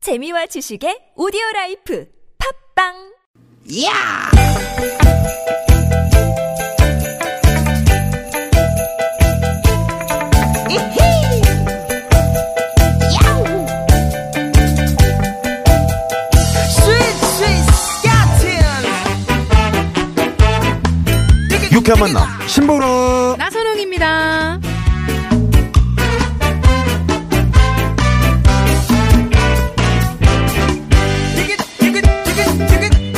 재미와 지식의 오디오 라이프 팝빵 야! 이히! 야우! 스윗 스윗 스카틴! 유쾌한 만남 신보루 나선홍입니다. 디귿 디귿 디귿 디귿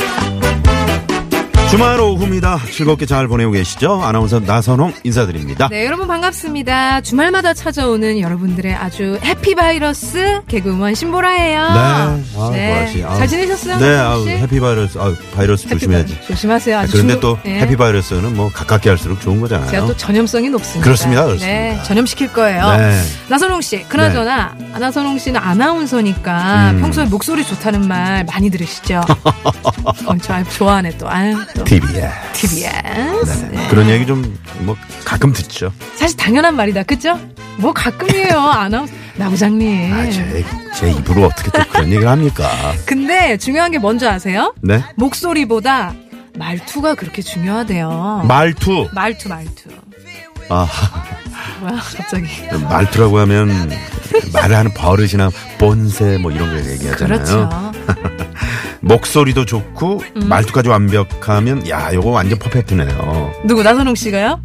주말 오후입니다 즐겁게 잘 보내고 계시죠 아나운서 나선홍 인사드립니다 네, 여러분 반갑습니다. 주말마다 찾아오는 여러분들의 아주 해피 바이러스 개그우먼 신보라예요. 네, 아우, 네. 보라 씨. 아우. 잘 지내셨어요? 네 보라 아우, 씨? 해피 바이러스 아우, 바이러스 해피 조심해야지 바이러스. 조심하세요. 아주 그런데 중- 또 네. 해피 바이러스는 뭐 가깝게 할수록 좋은 거잖아요 제가 또 전염성이 높습니다. 그렇습니다, 그렇습니다. 네, 전염시킬 거예요. 네. 나선홍 씨, 그나저나 나선홍 씨는 아나운서니까 음. 평소에 목소리 좋다는 말 많이 들으시죠? 엄청 좋아하네 또. 아유, 또. TBS TBS. 네. 그런 얘기 좀 뭐 가끔 듣죠 사실 당연한 말이다, 그죠? 뭐 가끔이에요, 아나운서. 나 부장님. 아제제 입으로 어떻게 또 그런 얘기를 합니까 근데 중요한 게 뭔지 아세요? 네 목소리보다 말투가 그렇게 중요하대요. 말투 말투, 말투. 아 뭐야, 갑자기. 말투라고 하면 말하는 버릇이나 본세 뭐 이런 걸 얘기하잖아요 그렇죠. 목소리도 좋고 말투까지 완벽하면 야 요거 완전 퍼펙트네요. 누구, 나선홍 씨가요?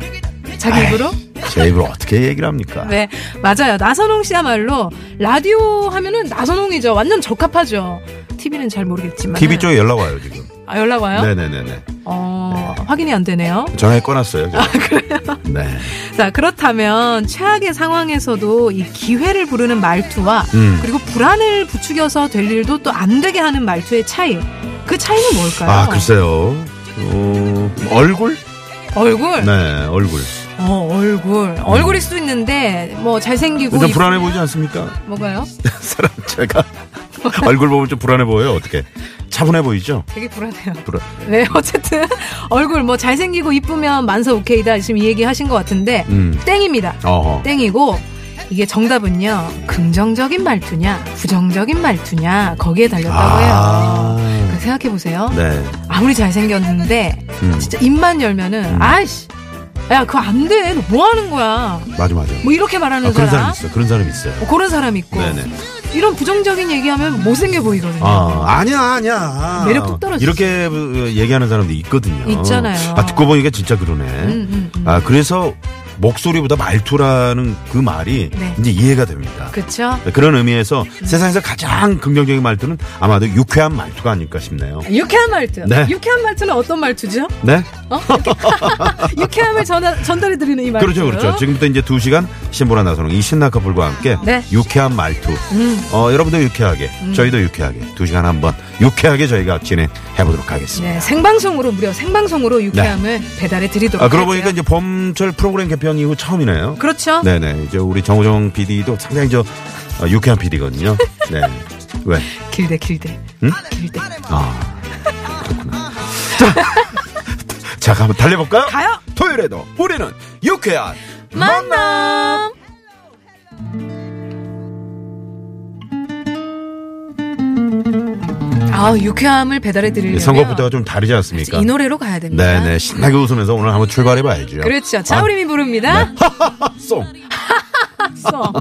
자기 아이. 입으로? 제 입으로 어떻게 얘기를 합니까? 네, 맞아요. 나선홍 씨야말로 라디오 하면은 나선홍이죠. 완전 적합하죠. TV는 잘 모르겠지만. TV 쪽에 연락 와요 지금. 아, 연락 와요? 네네네네. 어, 확인이 안 되네요. 전화에 꺼놨어요. 아 그래요? 네. 자, 그렇다면 최악의 상황에서도 이 기회를 부르는 말투와 음. 그리고 불안을 부추겨서 될 일도 또 안 되게 하는 말투의 차이. 그 차이는 뭘까요? 아 글쎄요. 어, 얼굴? 얼굴. 네 얼굴. 어, 얼굴. 얼굴일 수도 있는데 뭐 잘생기고 좀 이- 불안해 네. 보이지 않습니까? 뭐가요? 사람 제가 얼굴 보면 좀 불안해 보여요. 어떻게? 차분해 보이죠? 되게 불안해요. 불안. 네, 어쨌든 얼굴 뭐 잘생기고 이쁘면 만사 오케이다. 지금 이 얘기 하신 것 같은데 음. 땡입니다. 어. 땡이고 이게 정답은요. 긍정적인 말투냐, 부정적인 말투냐 거기에 달렸다고 아. 해요. 생각해 보세요. 네. 아무리 잘생겼는데 음. 진짜 입만 열면은 아이씨, 야 그거 안 돼. 너뭐 하는 거야? 맞아 맞아. 뭐 이렇게 말하는 아, 그런 사람 사람. 있어. 그런 사람 있어요. 뭐 그런 사람 있고 네네. 이런 부정적인 얘기하면 못생겨 보이거든요. 아, 아니야, 아니야. 매력 뚝 떨어지죠. 이렇게 어, 얘기하는 사람도 있거든요. 있잖아요. 아, 듣고 보니까 진짜 그러네. 음, 음, 음. 아, 그래서 목소리보다 말투라는 그 말이 네. 이제 이해가 됩니다. 그렇죠. 그... 런 의미에서 세상에서 가장 긍정적인 말투는 아마도 유쾌한 말투가 아닐까 싶네요. 유쾌한 말투. 네. 유쾌한 말투는 어떤 말투죠? 네? 어? 유쾌함을 전하, 전달해드리는 이 말투. 그렇죠, 그렇죠. 지금부터 이제 두 시간 신보라 나선홍 이 신나 커플과 함께 네. 유쾌한 말투. 음. 어, 여러분도 유쾌하게, 저희도 유쾌하게 두 시간 한번 유쾌하게 저희가 진행해 보도록 하겠습니다. 네, 생방송으로 무려 생방송으로 유쾌함을 배달해드리도록. 네. 아, 그러고 할게요. 보니까 이제 봄철 프로그램 개편 이후 처음이네요. 그렇죠. 네네. 이제 우리 정우정 PD도 상당히 저 어, 유쾌한 PD거든요. 네. 왜? 길대 길대. 응? 길대. 아. 그렇구나. 자, 자, 한번 달려볼까요? 가요. 토요일에도 우리는 유쾌한 만남. 아 유쾌함을 배달해드리려면 예, 선거부터가 좀 다르지 않습니까? 음, 이 노래로 가야 됩니다. 네네. 신나게 웃으면서 오늘 한번 출발해봐야죠. 그렇죠. 차우림이 부릅니다. 아, 송. 써.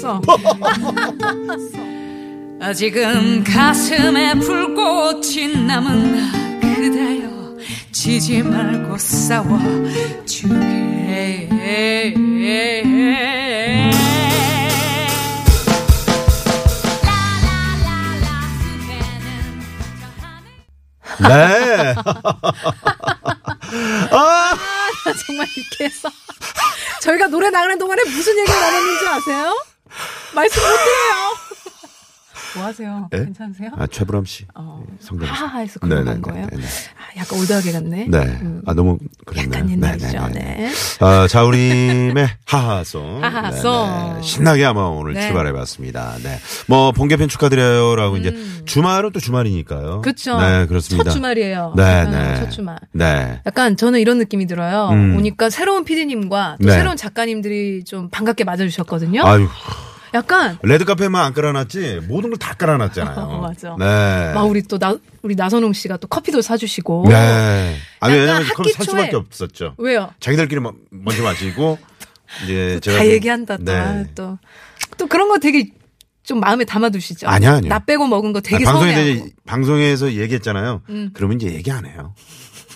써. 아직은 가슴에 불꽃이 남은 그대여 지지 말고 싸워 주게 네. 아, 정말 유쾌해서. 저희가 노래 나가는 동안에 무슨 얘기를 나눴는지 아세요? 말씀 못해요. 뭐 하세요? 예? 괜찮으세요? 아, 최불암 씨. 어. 성대모사. 하하해서 그런 건 네. 네네네. 거예요? 네네. 아, 약간 올드하게 갔네. 네. 음, 아, 너무 그랬네요. 약간 옛날이죠. 네네네. 네. 아, 자우림의 하하송. 하하송. 네네. 신나게 아마 오늘 네. 출발해봤습니다. 네. 뭐, 본개편 축하드려요라고 이제 주말은 또 주말이니까요. 음. 그렇죠. 네, 그렇습니다. 첫 주말이에요. 네, 음, 네. 첫 주말. 네. 약간 저는 이런 느낌이 들어요. 음. 오니까 새로운 피디님과 또 네. 새로운 작가님들이 좀 반갑게 맞아주셨거든요. 아유, 약간 레드 카페만 안 깔아놨지 모든 걸 다 깔아놨잖아요. 어, 맞아. 네. 막 우리 또 나, 우리 나선홍 씨가 또 커피도 사주시고. 네. 아니 약간 왜냐면 학기 그걸 살 초에- 수밖에 없었죠. 왜요? 자기들끼리 막 먼저 마시고 네, 이제 제가 다 좀- 얘기한다 또. 아, 또. 또 그런 거 되게 좀 마음에 담아두시죠. 아니야, 아니야. 나 빼고 먹은 거 되게 아니, 음. 방송에 서운해하고. 이제 방송에서 얘기했잖아요. 그러면 이제 얘기 안 해요.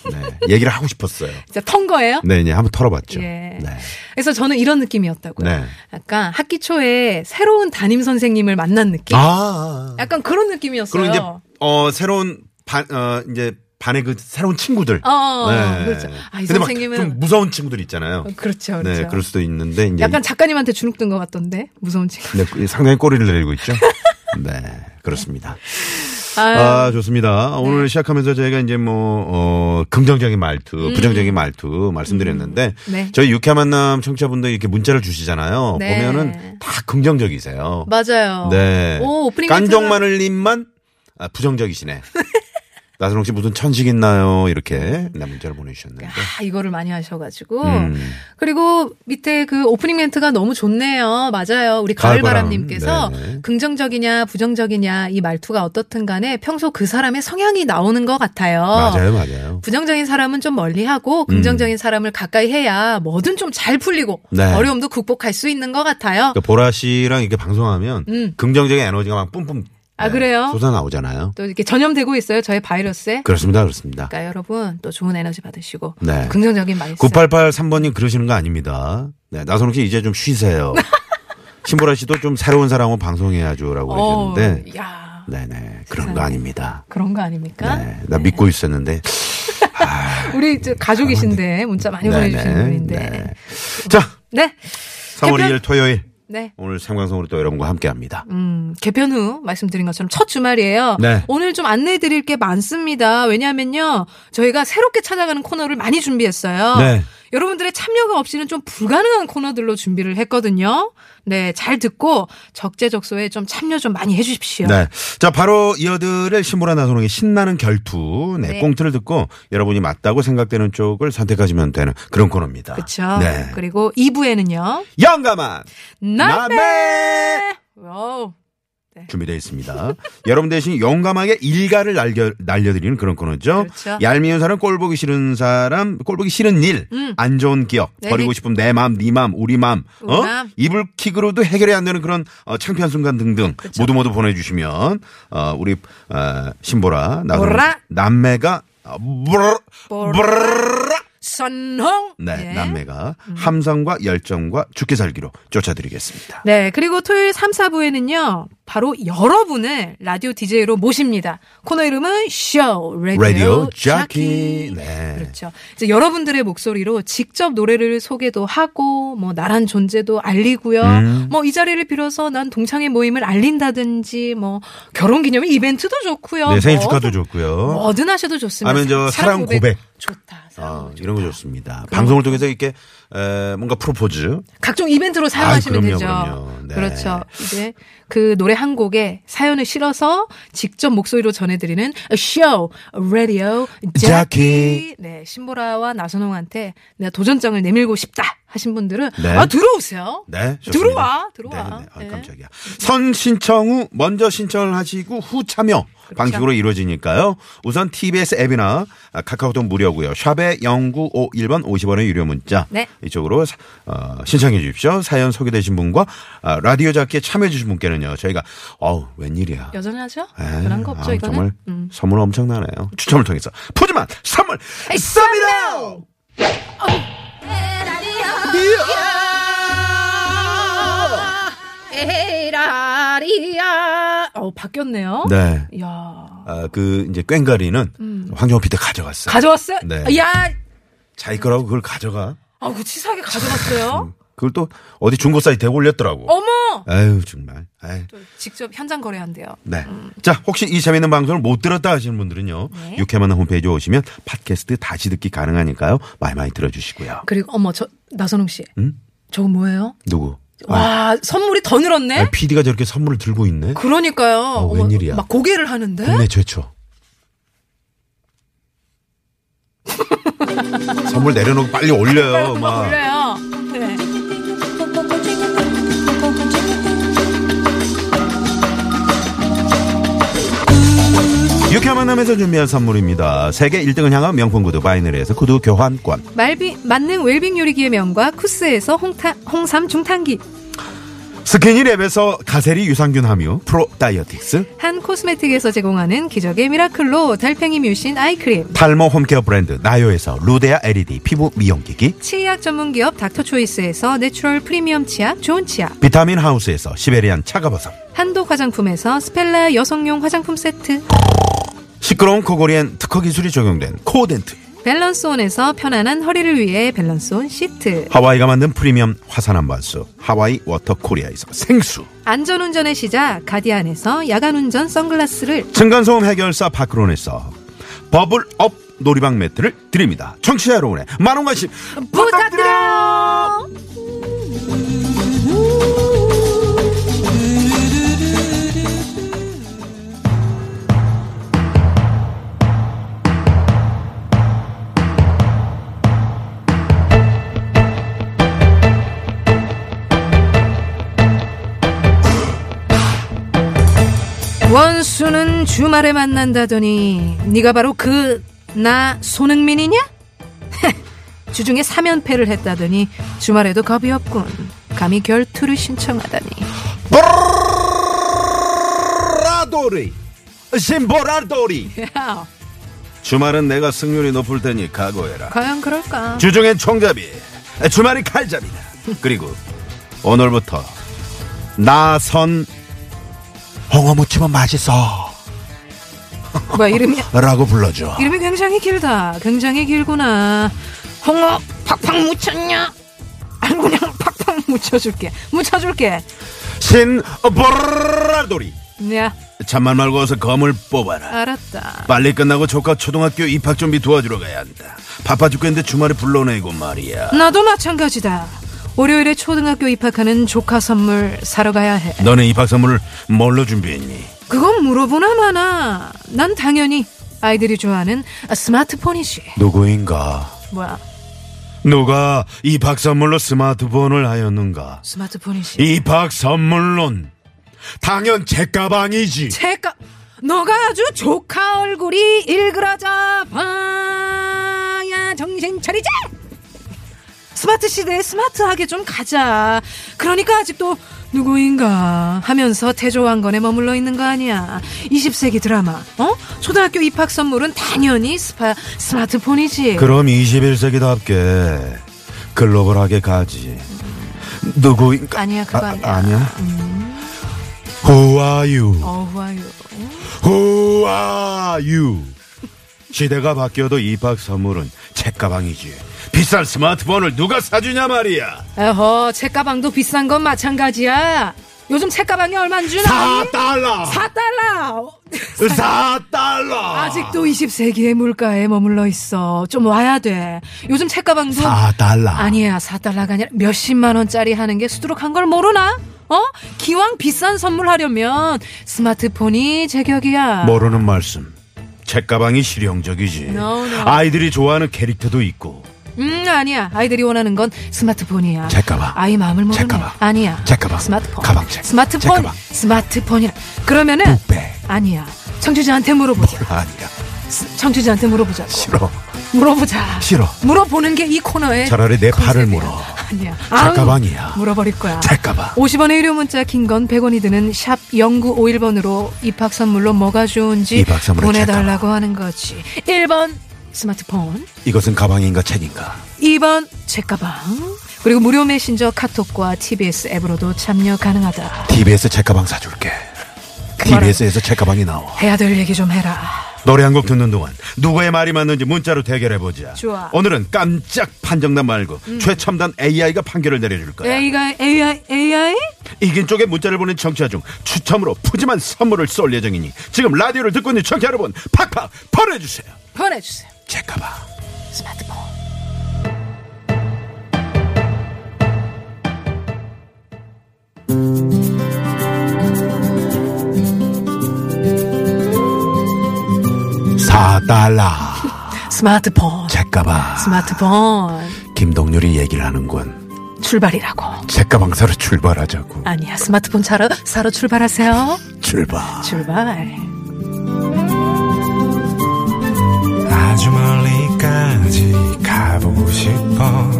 네. 얘기를 하고 싶었어요. 진짜 턴 거예요? 네, 이제 한번 털어봤죠. 예. 네. 그래서 저는 이런 느낌이었다고요. 네. 약간 학기 초에 새로운 담임 선생님을 만난 느낌. 아. 약간 그런 느낌이었어요. 그리고 이제 어 새로운 반 어 이제 반의 그 새로운 친구들. 어, 어, 그렇죠. 아, 이 네. 근데 막 선생님은- 좀 무서운 친구들 있잖아요. 어, 그렇죠, 그렇죠. 네, 그럴 수도 있는데 이제 약간 작가님한테 주눅든 것 같던데 무서운 친구. 네, 그 상당히 꼬리를 내리고 있죠. 네, 그렇습니다. 아, 아, 좋습니다. 오늘 시작하면서 저희가 이제 뭐, 어, 긍정적인 말투, 부정적인 말투 말씀드렸는데, 음. 네. 저희 유쾌한 만남 청취자분들 이렇게 문자를 주시잖아요. 네. 보면은 다 긍정적이세요. 맞아요. 네. 오 오프닝 멘트가- 깐정마늘님만 아, 부정적이시네. 나선홍 씨 무슨 천식 있나요? 이렇게 네, 문자를 보내주셨는데. 아, 이거를 많이 하셔가지고. 음. 그리고 밑에 그 오프닝 멘트가 너무 좋네요. 맞아요. 우리 가을바람님께서 가을바람, 네네. 긍정적이냐 부정적이냐 이 말투가 어떻든 간에 평소 그 사람의 성향이 나오는 것 같아요. 맞아요, 맞아요. 부정적인 사람은 음. 좀 멀리하고 긍정적인 사람을 가까이 해야 뭐든 좀 잘 풀리고 네. 어려움도 극복할 수 있는 것 같아요. 그러니까 보라 씨랑 이렇게 방송하면 음. 긍정적인 에너지가 막 뿜뿜 아, 그래요? 솟아 나오잖아요. 또 이렇게 전염되고 있어요. 저의 바이러스에. 그렇습니다, 그렇습니다. 그러니까 여러분 또 좋은 에너지 받으시고 네. 긍정적인 마인드. 9883번님 그러시는 거 아닙니다. 네, 나선홍 씨 이제 좀 쉬세요. 신보라 씨도 좀 새로운 사람하고 방송해야죠라고 어, 그러셨는데, 야 네네 그런 거 아닙니다. 그런 거 아닙니까? 네, 나 믿고 있었는데. 우리 저 아, 가족이신데 문자 많이 보내주시는 분인데. 네. 자, 네. 3월 2일 토요일 네. 오늘 생방송으로 또 여러분과 함께합니다. 음, 개편 후 말씀드린 것처럼 첫 주말이에요. 네. 오늘 좀 안내 드릴 게 많습니다. 왜냐하면요. 저희가 새롭게 찾아가는 코너를 많이 준비했어요. 네. 여러분들의 참여가 없이는 좀 불가능한 코너들로 준비를 했거든요. 네. 잘 듣고 적재적소에 좀 참여 좀 많이 해주십시오. 네. 자, 바로 이어드릴 신보라 나선홍의 신나는 결투. 네, 네. 꽁트를 듣고 여러분이 맞다고 생각되는 쪽을 선택하시면 되는 그런 코너입니다. 그렇죠. 네. 그리고 2부에는요. 영감한 남매. 와우. 준비되어 있습니다. 여러분 대신 용감하게 일가를 날려, 날려드리는 그런 코너죠. 그렇죠. 얄미운 사람, 꼴 보기 싫은 사람, 꼴 보기 싫은 일, 안 좋은 기억, 네, 버리고 네. 싶은 내 마음, 네 마음, 우리 마음, 음. 우리 어? 마음. 이불킥으로도 해결이 안 되는 그런 어, 창피한 순간 등등 그렇죠. 모두 모두 보내주시면 어, 우리 어, 신보라 나 보라. 남매가 어, 보라, 보라. 보라. 선홍. 네, 예. 남매가 함성과 열정과 죽게 살기로 쫓아드리겠습니다. 네, 그리고 토요일 3, 4부에는요, 바로 여러분을 라디오 DJ로 모십니다. 코너 이름은 쇼, 라디오, 라디오 자키. 자키. 네. 그렇죠. 이제 여러분들의 목소리로 직접 노래를 소개도 하고, 뭐, 나란 존재도 알리고요. 음. 뭐, 이 자리를 빌어서 난 동창회 모임을 알린다든지, 뭐, 결혼 기념 이벤트도 좋고요. 네, 생일 어, 뭐든- 축하도 좋고요. 뭐든 하셔도 좋습니다. 아니면 저 사랑 고백. 좋다. 사랑 아, 고백. 이런 거 좋습니다. 방송을 통해서 이렇게 에, 뭔가 프로포즈. 각종 이벤트로 사용하시면 아, 그럼요, 되죠. 그럼요. 네. 렇죠 이제 그 노래 한 곡에 사연을 실어서 직접 목소리로 전해드리는 쇼 라디오 자키. 자키. 네, 신보라와 나선홍한테 내가 도전장을 내밀고 싶다 하신 분들은 네. 아 들어오세요. 네. 좋습니다. 들어와, 들어와. 네, 네, 네. 네. 아, 깜짝이야. 선 신청 후 먼저 신청을 하시고 후 참여 그렇죠. 방식으로 이루어지니까요. 우선 TBS 앱이나 아, 카카오톡 무료고요. 샵에 0951번 50원의 유료 문자 네. 이쪽으로 사- 어, 신청해 주십시오. 사연 소개되신 분과 아, 라디오 잡기에 참여해 주신 분께는요. 저희가 어우 웬일이야. 여전하죠? 에이, 그런 거 없죠 아, 이거는. 정말 음. 선물 엄청나네요. 추첨을 통해서 푸짐한 선물 쏩니다. 에라리아. 어 바뀌었네요. 네. 야 아, 그 이제 꽹가리는 황정호 PD 가져갔어요. 음. 가져왔어요. 아, 네. 야, 자기 거라고 그걸 가져가. 아그 치사하게 가져갔어요. 그걸 또 어디 중고 사이트에 올렸더라고. 어머. 아유 정말. 아유. 직접 현장 거래한대요. 네. 자, 혹시 이 재미있는 방송을 못 들었다 하시는 분들은요. 네. 유쾌만한 홈페이지에 오시면 팟캐스트 다시 듣기 가능하니까요. 많이 많이 들어주시고요. 그리고 어머 저 나선홍 씨. 저거 뭐예요? 누구? 와 선물이 더 늘었네. 아, PD가 저렇게 선물을 들고 있네. 그러니까요. 어머, 웬일이야. 네. 막 고개를 하는데. 국내 최초. 선물 내려놓고 빨리 아, 올려요. 막 막. 올려요. 네. Thank you. 만남에서 준비한 선물입니다. 세계 1등을 향한 명품 구두 바이너리에서 구두 교환권. 말비, 만능 웰빙 요리기의 명과 쿠스에서 홍타, 홍삼 중탕기. 스키니랩에서 가세리 유산균 함유 프로 다이어틱스. 한 코스메틱에서 제공하는 기적의 미라클로 달팽이 뮤신 아이크림. 탈모 홈케어 브랜드 나요에서 루데아 LED 피부 미용기기. 치약 전문기업 닥터초이스에서 내추럴 프리미엄 치약 좋은 치약. 비타민 하우스에서 시베리안 차가버섯. 한독 화장품에서 스펠라 여성용 화장품 세트. 시끄러운 코골이엔 특허 기술이 적용된 코덴트. 밸런스온에서 편안한 허리를 위해 밸런스온 시트. 하와이가 만든 프리미엄 화산 한반수 하와이 워터 코리아에서 생수. 안전운전의 시작 가디안에서 야간운전 선글라스를 층간소음 해결사 파크론에서 버블업 놀이방 매트를 드립니다. 청취자 여러분의 많은 관심 부탁드려요. 원수는 주말에 만난다더니 네가 바로 그 나 손흥민이냐? 주중에 3연패를 했다더니 주말에도 겁이 없군. 감히 결투를 신청하다니. 라도리 심보라도리 야, 주말은 내가 승률이 높을 테니 각오해라. 과연 그럴까? 주중엔 총잡이 주말이 칼잡이다. 그리고 오늘부터 나선 홍어무침은 맛있어 뭐야 이름이 라고 불러줘. 이름이 굉장히 길다. 굉장히 길구나. 홍어 팍팍 묻혔냐? 아니 그냥 팍팍 묻혀줄게. 묻혀줄게. 신보라도리 야, 잠만 말고 어서 검을 뽑아라. 알았다. 빨리 끝나고 조카 초등학교 입학 준비 도와주러 가야 한다. 바빠 죽겠는데 주말에 불러내고 말이야. 나도 마찬가지다. 월요일에 초등학교 입학하는 조카 선물 사러 가야 해. 너는 입학 선물을 뭘로 준비했니? 그건 물어보나 마나. 난 당연히 아이들이 좋아하는 스마트폰이지. 누구인가? 뭐야? 누가 입학 선물로 스마트폰을 하였는가? 스마트폰이지. 입학 선물론 당연 제 가방이지. 제가 너가 아주 조카 얼굴이 일그러져 봐야 정신 차리지. 스마트 시대에 스마트하게 좀 가자. 그러니까 아직도 누구인가 하면서 태조왕건에 머물러 있는 거 아니야. 20세기 드라마. 어? 초등학교 입학 선물은 당연히 스파, 스마트폰이지. 그럼 21세기답게 글로벌하게 가지. 누구인가? 아니야, 그거 아니야. 음. 아니야? Who are you? 어후아유. Who are you? 시대가 바뀌어도 입학 선물은 책가방이지. 비싼 스마트폰을 누가 사주냐 말이야. 에허, 책가방도 비싼 건 마찬가지야. 요즘 책가방이 얼만 주나? 4달러! 4달러! 4달러! 아직도 20세기의 물가에 머물러 있어. 좀 와야 돼. 요즘 책가방도 4달러. 아니야, 4달러가 아니라 몇십만 원짜리 하는 게 수두룩한 걸 모르나? 어? 기왕 비싼 선물하려면 스마트폰이 제격이야. 모르는 말씀. 책가방이 실용적이지. No, no. 아이들이 좋아하는 캐릭터도 있고. 음, 아니야. 아이들이 원하는 건 스마트폰이야. 책가방. 아이 마음을 모르네. 책가방. 아니야. 책가방. 스마트폰. 가방책. 스마트폰. 책가방. 스마트폰이라. 그러면은 뷔페. 아니야. 청취자한테 물어보자. 아니야. 청취자한테 물어보자고. 싫어. 물어보자. 싫어. 물어보는 게 이 코너의 차라리 내 팔을 컨셉이야. 물어. 아니야. 제 가방이야. 물어버릴 거야. 책가방. 50원의 유료 문자 긴 건 100원이 드는 샵 0951번으로 입학 선물로 뭐가 좋은지 입학 선물은 보내달라고 하는 거지. 1번 스마트폰, 이것은 가방인가 책인가? 2번 책가방, 그리고 무료 메신저 카톡과 TBS 앱으로도 참여 가능하다. TBS 책가방 사줄게. TBS에서 책가방이 나와. 해야 될 얘기 좀 해라. 노래 한 곡 듣는 동안 누구의 말이 맞는지 문자로 대결해 보자. 좋아. 음. 오늘은 깜짝 판정단 말고 최첨단 AI가 판결을 내려줄 거야. AI가 AI AI? 이긴 쪽에 문자를 보낸 청취자 중 추첨으로 푸짐한 선물을 쏠 예정이니 지금 라디오를 듣고 있는 청취자 여러분 팍팍 보내주세요. 보내주세요. 책가방. 스마트폰. 사달러 스마트폰. 책가방. 스마트폰 김동률이 얘기를 하는군. 출발이라고. 책가방 사러 출발하자고. 아니야 스마트폰 사러 사러 출발하세요. 출발. 출발. 어디든지 가보고 싶어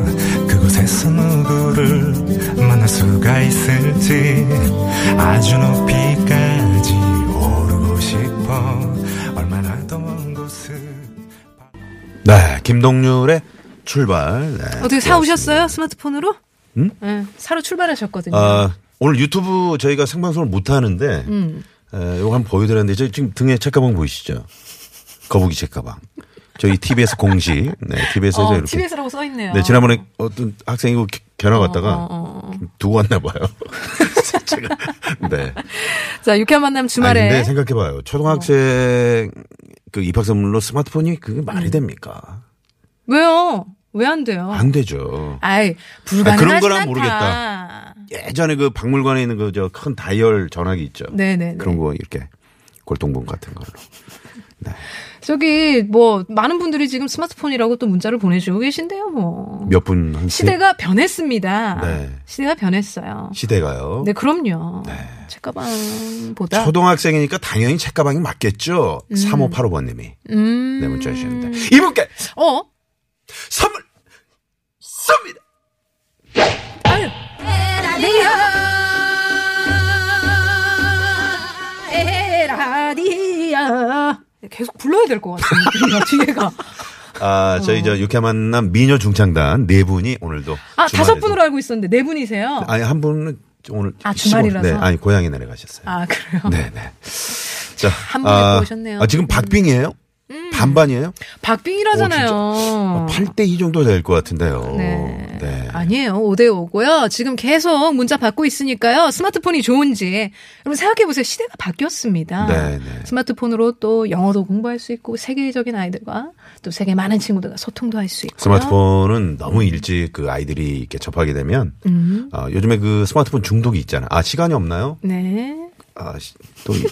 그곳에서 누구를 만날 수가 있을지 아주 높이까지 오르고 싶어 얼마나 더 먼 곳을 네, 김동률의 출발. 네, 어떻게 사 오셨어요? 스마트폰으로? 응? 네, 사러 출발하셨거든요. 어, 아, 오늘 유튜브 저희가 생방송을 못 하는데 음. 에, 요거 한번 보여드렸는데 저 지금 등에 책가방 보이시죠? 거북이 책가방. 저희 TBS 공식. 네, TBS에서 어, 이렇게. TBS라고 써 있네요. 네, 지난번에 어떤 학생이 이거 겨- 겨나 갔다가 어, 어, 어. 두고 왔나 봐요. 제가. 네. 자, 유쾌한 만남 주말에. 아니, 근데 생각해봐요. 초등학생 그 입학 선물로 스마트폰이 그게 음. 말이 됩니까? 왜요? 왜 안 돼요? 안 되죠. 아이, 불가능하지 아, 그런 거란 않다. 모르겠다. 예전에 그 박물관에 있는 그 저 큰 다이얼 전화기 있죠. 네네네. 그런 거 이렇게 골동품 같은 걸로. 저기 뭐 많은 분들이 지금 스마트폰이라고 또 문자를 보내주고 계신데요. 뭐 몇 분 한 시대가 변했습니다. 네. 시대가 변했어요. 시대가요. 네, 그럼요. 책가방보다 초등학생이니까 당연히 책가방이 맞겠죠. 3585번님이 음. 내네 문자 주셨는데 이분께 어? 선물 쏩니다. 에라디아 네, 계속 불러야 될 것 같은데 뒤에가 아 저희 저 육회 만남 미녀 중창단 네 분이 오늘도 어. 아 주말에도- 다섯 분으로 알고 있었는데 네 분이세요. 아니 예, 한 분은 오늘 아, 시골- 주말이라서? 네, 아니 고향에 내려가셨어요. 아 그래요. 네네. 자, 한 분이 또 오셨네요. 음. 아, 지금 박빙이에요? 반반이에요? 박빙이라잖아요. 어, 8대 2 정도 될 것 같은데요. 네. 네. 아니에요. 5대5고요. 지금 계속 문자 받고 있으니까요. 스마트폰이 좋은지. 여러분 생각해보세요. 시대가 바뀌었습니다. 네, 네. 스마트폰으로 또 영어도 공부할 수 있고 세계적인 아이들과 또 세계 많은 친구들과 소통도 할 수 있고. 스마트폰은 너무 일찍 그 아이들이 이렇게 접하게 되면 음. 어, 요즘에 그 스마트폰 중독이 있잖아요. 아 시간이 없나요? 네. 아, 시- 또 이-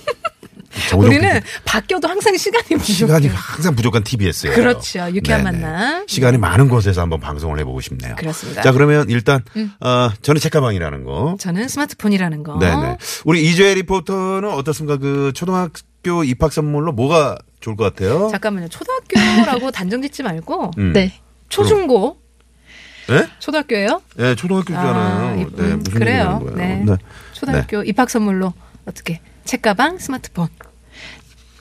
정우정 아, 우리는 PD. 바뀌어도 항상 시간이 부족해요. 시간이 항상 부족한 TBS예요. 그렇죠. 유쾌한 만남. 시간이 많은 곳에서 한번 방송을 해보고 싶네요. 그렇습니다. 음. 자 그러면 일단 어, 저는 책가방이라는 거. 저는 스마트폰이라는 거. 네네. 우리 이주혜 리포터는 어떻습니까? 그 초등학교 입학 선물로 뭐가 좋을 것 같아요? 잠깐만요. 초등학교라고 단정짓지 말고 음. 네. 초중고 예? 초등학교예요? 예, 초등학교잖아요. 아, 네, 이- 무슨 음, 얘기 하는 그래요. 거예요? 네. 초등학교 입학 선물로 어떻게 책가방, 스마트폰.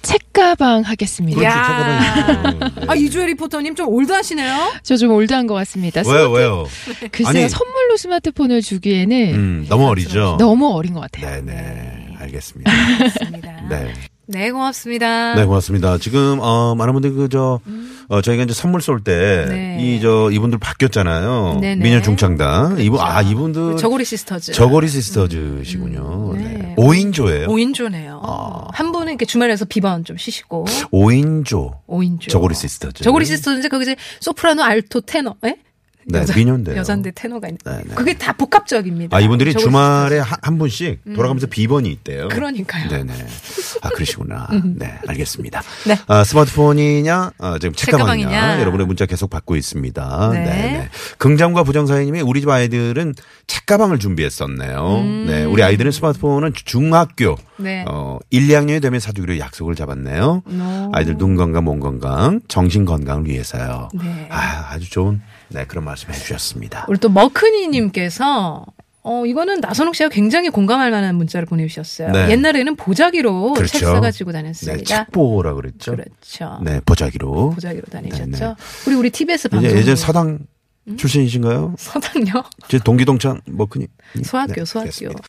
책가방 하겠습니다. 그렇죠, 야. 책가방이 있어요. 아 이주혜 리포터님 좀 올드하시네요. 저 좀 올드한 것 같습니다. 왜요, 왜요? 글쎄요, 아니. 선물로 스마트폰을 네. 주기에는 음, 네. 너무 어리죠? 너무 어린 것 같아요. 네네. 알겠습니다. 네. 네 고맙습니다. 네, 고맙습니다. 지금, 어, 많은 분들이 그, 저, 어, 저희가 이제 선물 쏠 때, 음. 네. 이, 저, 이분들 바뀌었잖아요. 네네. 그렇죠. 미녀 중창단. 이분, 아, 이분들. 그 저고리 시스터즈. 저고리 시스터즈시군요. 음, 네. 네. 오인조예요 5인조네요. 아. 한 분은 이렇게 주말에서 비번 좀 쉬시고 오인조 5인조. 저고리 시스터즈. 저고리 시스터즈 거기 이제 소프라노, 알토, 테너. 예? 네, 미녀인데요. 여잔데 테너가 있는. 네, 네. 그게 다 복합적입니다. 아, 이분들이 저고리 주말에 한, 한 분씩 돌아가면서 비번이 있대요. 음. 그러니까요. 네네. 아, 그러시구나. 네, 알겠습니다. 음. 네. 아, 스마트폰이냐, 아, 지금 책가방이냐, 책가방이냐. 여러분의 문자 계속 받고 있습니다. 네. 네 긍장과 부정사님이 우리 집 아이들은 책가방을 준비했었네요. 네. 우리 아이들은 스마트폰은 주- 중학교. 음. 네. 어, 1, 2학년이 되면 사주기로 약속을 잡았네요. 어. 아이들 눈 건강, 몸 건강, 정신 건강을 위해서요. 네. 아, 아주 좋은, 네, 그런 말씀 해주셨습니다. 네, 우리 또 머크니님께서 어 이거는 나선홍 씨가 굉장히 공감할 만한 문자를 보내주셨어요. 네. 옛날에는 보자기로 그렇죠. 책 사가지고 네, 다녔습니다. 책보라 그랬죠. 그렇죠. 네, 보자기로. 보자기로 다니셨죠. 네, 네. 우리 우리 TBS 방송 예전 사당 음? 출신이신가요? 서당요 제 동기동창 머크니. 소학교 네, 소학교. 됐습니다.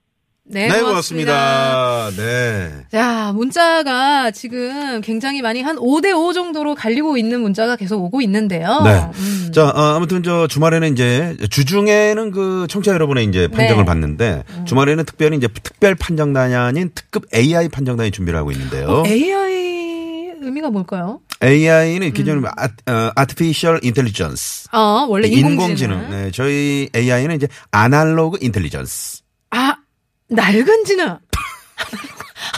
네, 네, 고맙습니다. 네. 자, 문자가 지금 굉장히 많이 한 5대5 정도로 갈리고 있는 문자가 계속 오고 있는데요. 네. 음. 자, 어, 아무튼 저 주말에는 이제 주중에는 그 청취자 여러분의 이제 판정을 네. 받는데 주말에는 특별히 이제 특별 판정단이 아닌 특급 AI 판정단이 준비를 하고 있는데요. AI 어, 의미가 뭘까요? AI는 기존에 아, 어, Artificial Intelligence. 어, 음. 원래 인공지능. 그 네, 저희 AI는 이제 아날로그 인텔리전스. 아, 낡은 지능.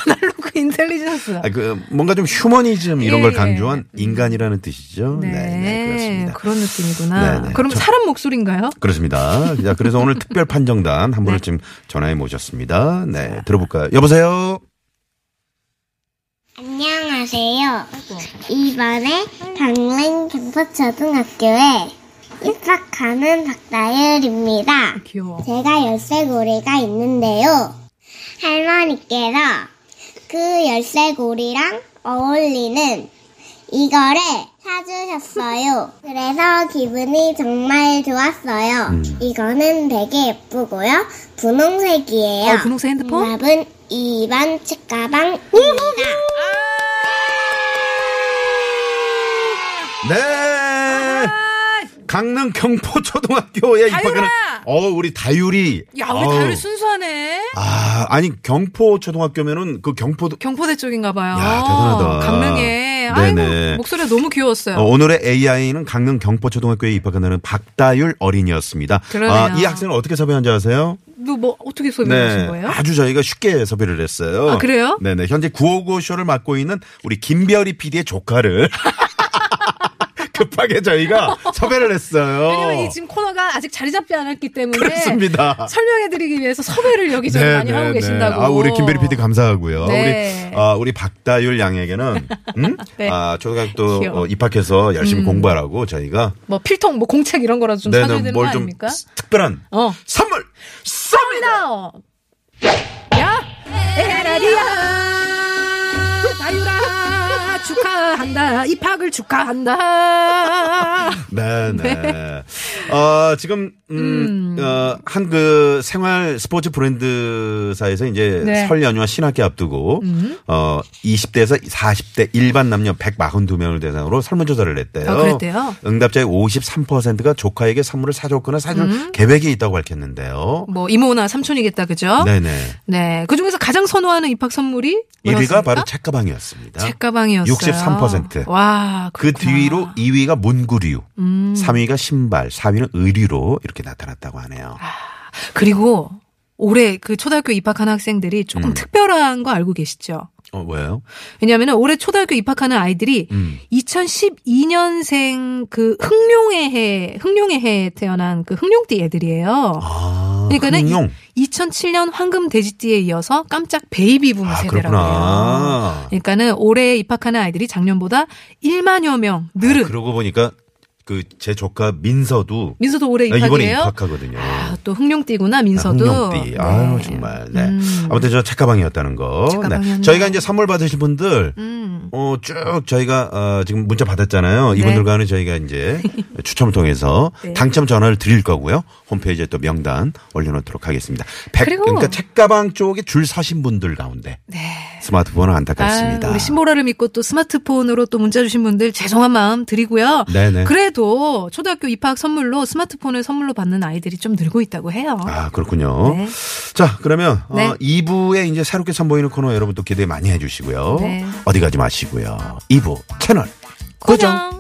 아날로그 인텔리전스. 아, 그 뭔가 좀 휴머니즘 이런 예, 걸 예. 강조한 인간이라는 뜻이죠. 네, 그렇습니다. 그런 느낌이구나. 네, 네. 그럼 저- 사람 목소리인가요? 그렇습니다. 자, 그래서 오늘 특별 판정단 한 분을 지금 네, 전화해 모셨습니다. 네, 들어볼까요? 여보세요? 안녕하세요. 안녕하세요. 네. 이번에 강릉 경포초등학교에 입학하는 박다율입니다. 귀여워. 제가 열쇠고리가 있는데요. 할머니께서 그 열쇠고리랑 어울리는 이거를 사주셨어요. 그래서 기분이 정말 좋았어요. 음. 이거는 되게 예쁘고요. 분홍색이에요. 어, 분홍색 핸드폰? 답은 2번 책가방입니다. 네. 아, 강릉 경포초등학교에 입학하는 다율아! 어 우리 다율이 야, 우리 어우, 다율 순수하네. 아 아니 경포초등학교면은 그 경포도 경포대 쪽인가 봐요. 야, 대단하다. 강릉에. 네네. 아이고, 목소리가 너무 귀여웠어요. 어, 오늘의 AI는 강릉 경포초등학교에 입학한다는 박다율 어린이였습니다. 그러네요. 아, 이 학생을 어떻게 섭외한지 아세요? 너 뭐, 어떻게 소개하신 거예요? 네. 아주 저희가 쉽게 섭외를 했어요. 아, 그래요? 네네. 현재 959쇼를 맡고 있는 우리 김별이 PD의 조카를 급하게 저희가 섭외를 했어요. 왜냐면 이 지금 코너가 아직 자리 잡지 않았기 때문에 그렇습니다. 설명해드리기 위해서 섭외를 여기저기 네, 많이 네, 하고 네. 계신다고. 아, 우리 김별이 PD 감사하고요. 네. 우리, 아, 우리 박다율 양에게는, 음? 네. 아, 초등학교 귀여워. 어, 입학해서 열심히 공부하라고 저희가. 뭐 필통, 뭐 공책 이런 거라도 좀 사줘야 되는 거 네, 뭘 좀 아닙니까? 특별한 어. 선물 쏩니다! 나 야! 에라리야! 다유라! 축하한다! 입학을 축하한다! 네네. 어, 지금, 음, 어, 한 그 생활 스포츠 브랜드사에서 이제 네. 음. 설 연휴와 신학기 앞두고, 어, 20대에서 40대 일반 남녀 142명을 대상으로 설문조사를 했대요. 아, 그랬대요? 응답자의 53%가 조카에게 선물을 사줬거나 사줄 음. 계획이 있다고 밝혔는데요. 뭐 이모나 삼촌이겠다, 그죠? 네네. 네. 그 중에서 가장 선호하는 입학 선물이? 1위가 뭐였습니까? 바로 책가방이었습니다. 책가방이었어요. 63%. 와, 그 그렇구나. 뒤로 2위가 문구류, 음. 3위가 신발, 4위는 의류로 이렇게 나타났다고 하네요. 아. 그리고 올해 그 초등학교 입학하는 학생들이 음. 조금 특별한 거 알고 계시죠? 어, 뭐예요? 왜냐하면 올해 초등학교 입학하는 아이들이 음. 2012년생 그 흥룡의 해, 흥룡의 해에 태어난 그 흥룡띠 애들이에요. 아, 그러니까는 흥룡. 2007년 황금 돼지띠에 이어서 깜짝 베이비 붐 아, 세대라고 해요. 예, 그렇구나. 그러니까는 올해 입학하는 아이들이 작년보다 1만여 명 늘은 아, 그러고 보니까 그 제 조카 민서도 민서도 올해 아, 이번에 네, 입학이에요. 입학하거든요. 아, 또 흥룡띠구나 민서도. 흥룡띠. 아유, 정말. 네. 음. 아무튼 저 책가방이었다는 거. 책가방이었네요. 저희가 이제 선물 받으신 분들 음. 어, 쭉 저희가 어, 지금 문자 받았잖아요. 네. 이분들과는 저희가 이제 추첨을 통해서 네. 당첨 전화를 드릴 거고요. 홈페이지에 또 명단 올려놓도록 하겠습니다. 백- 그리고- 네. 그러니까 책가방 쪽에 줄 서신 분들 가운데 스마트폰은 안타깝습니다. 아, 우리 신보라를 믿고 또 스마트폰으로 또 문자 주신 분들 죄송한 마음 드리고요. 네네. 그래도 초등학교 입학 선물로 스마트폰을 선물로 받는 아이들이 좀 늘고 있다고 해요. 아, 그렇군요. 어? 네. 자, 그러면 네. 어, 2부에 이제 새롭게 선보이는 코너 여러분 또 기대 많이 해주시고요. 네. 어디 가지 마시고요. 2부 채널 고정. 고정.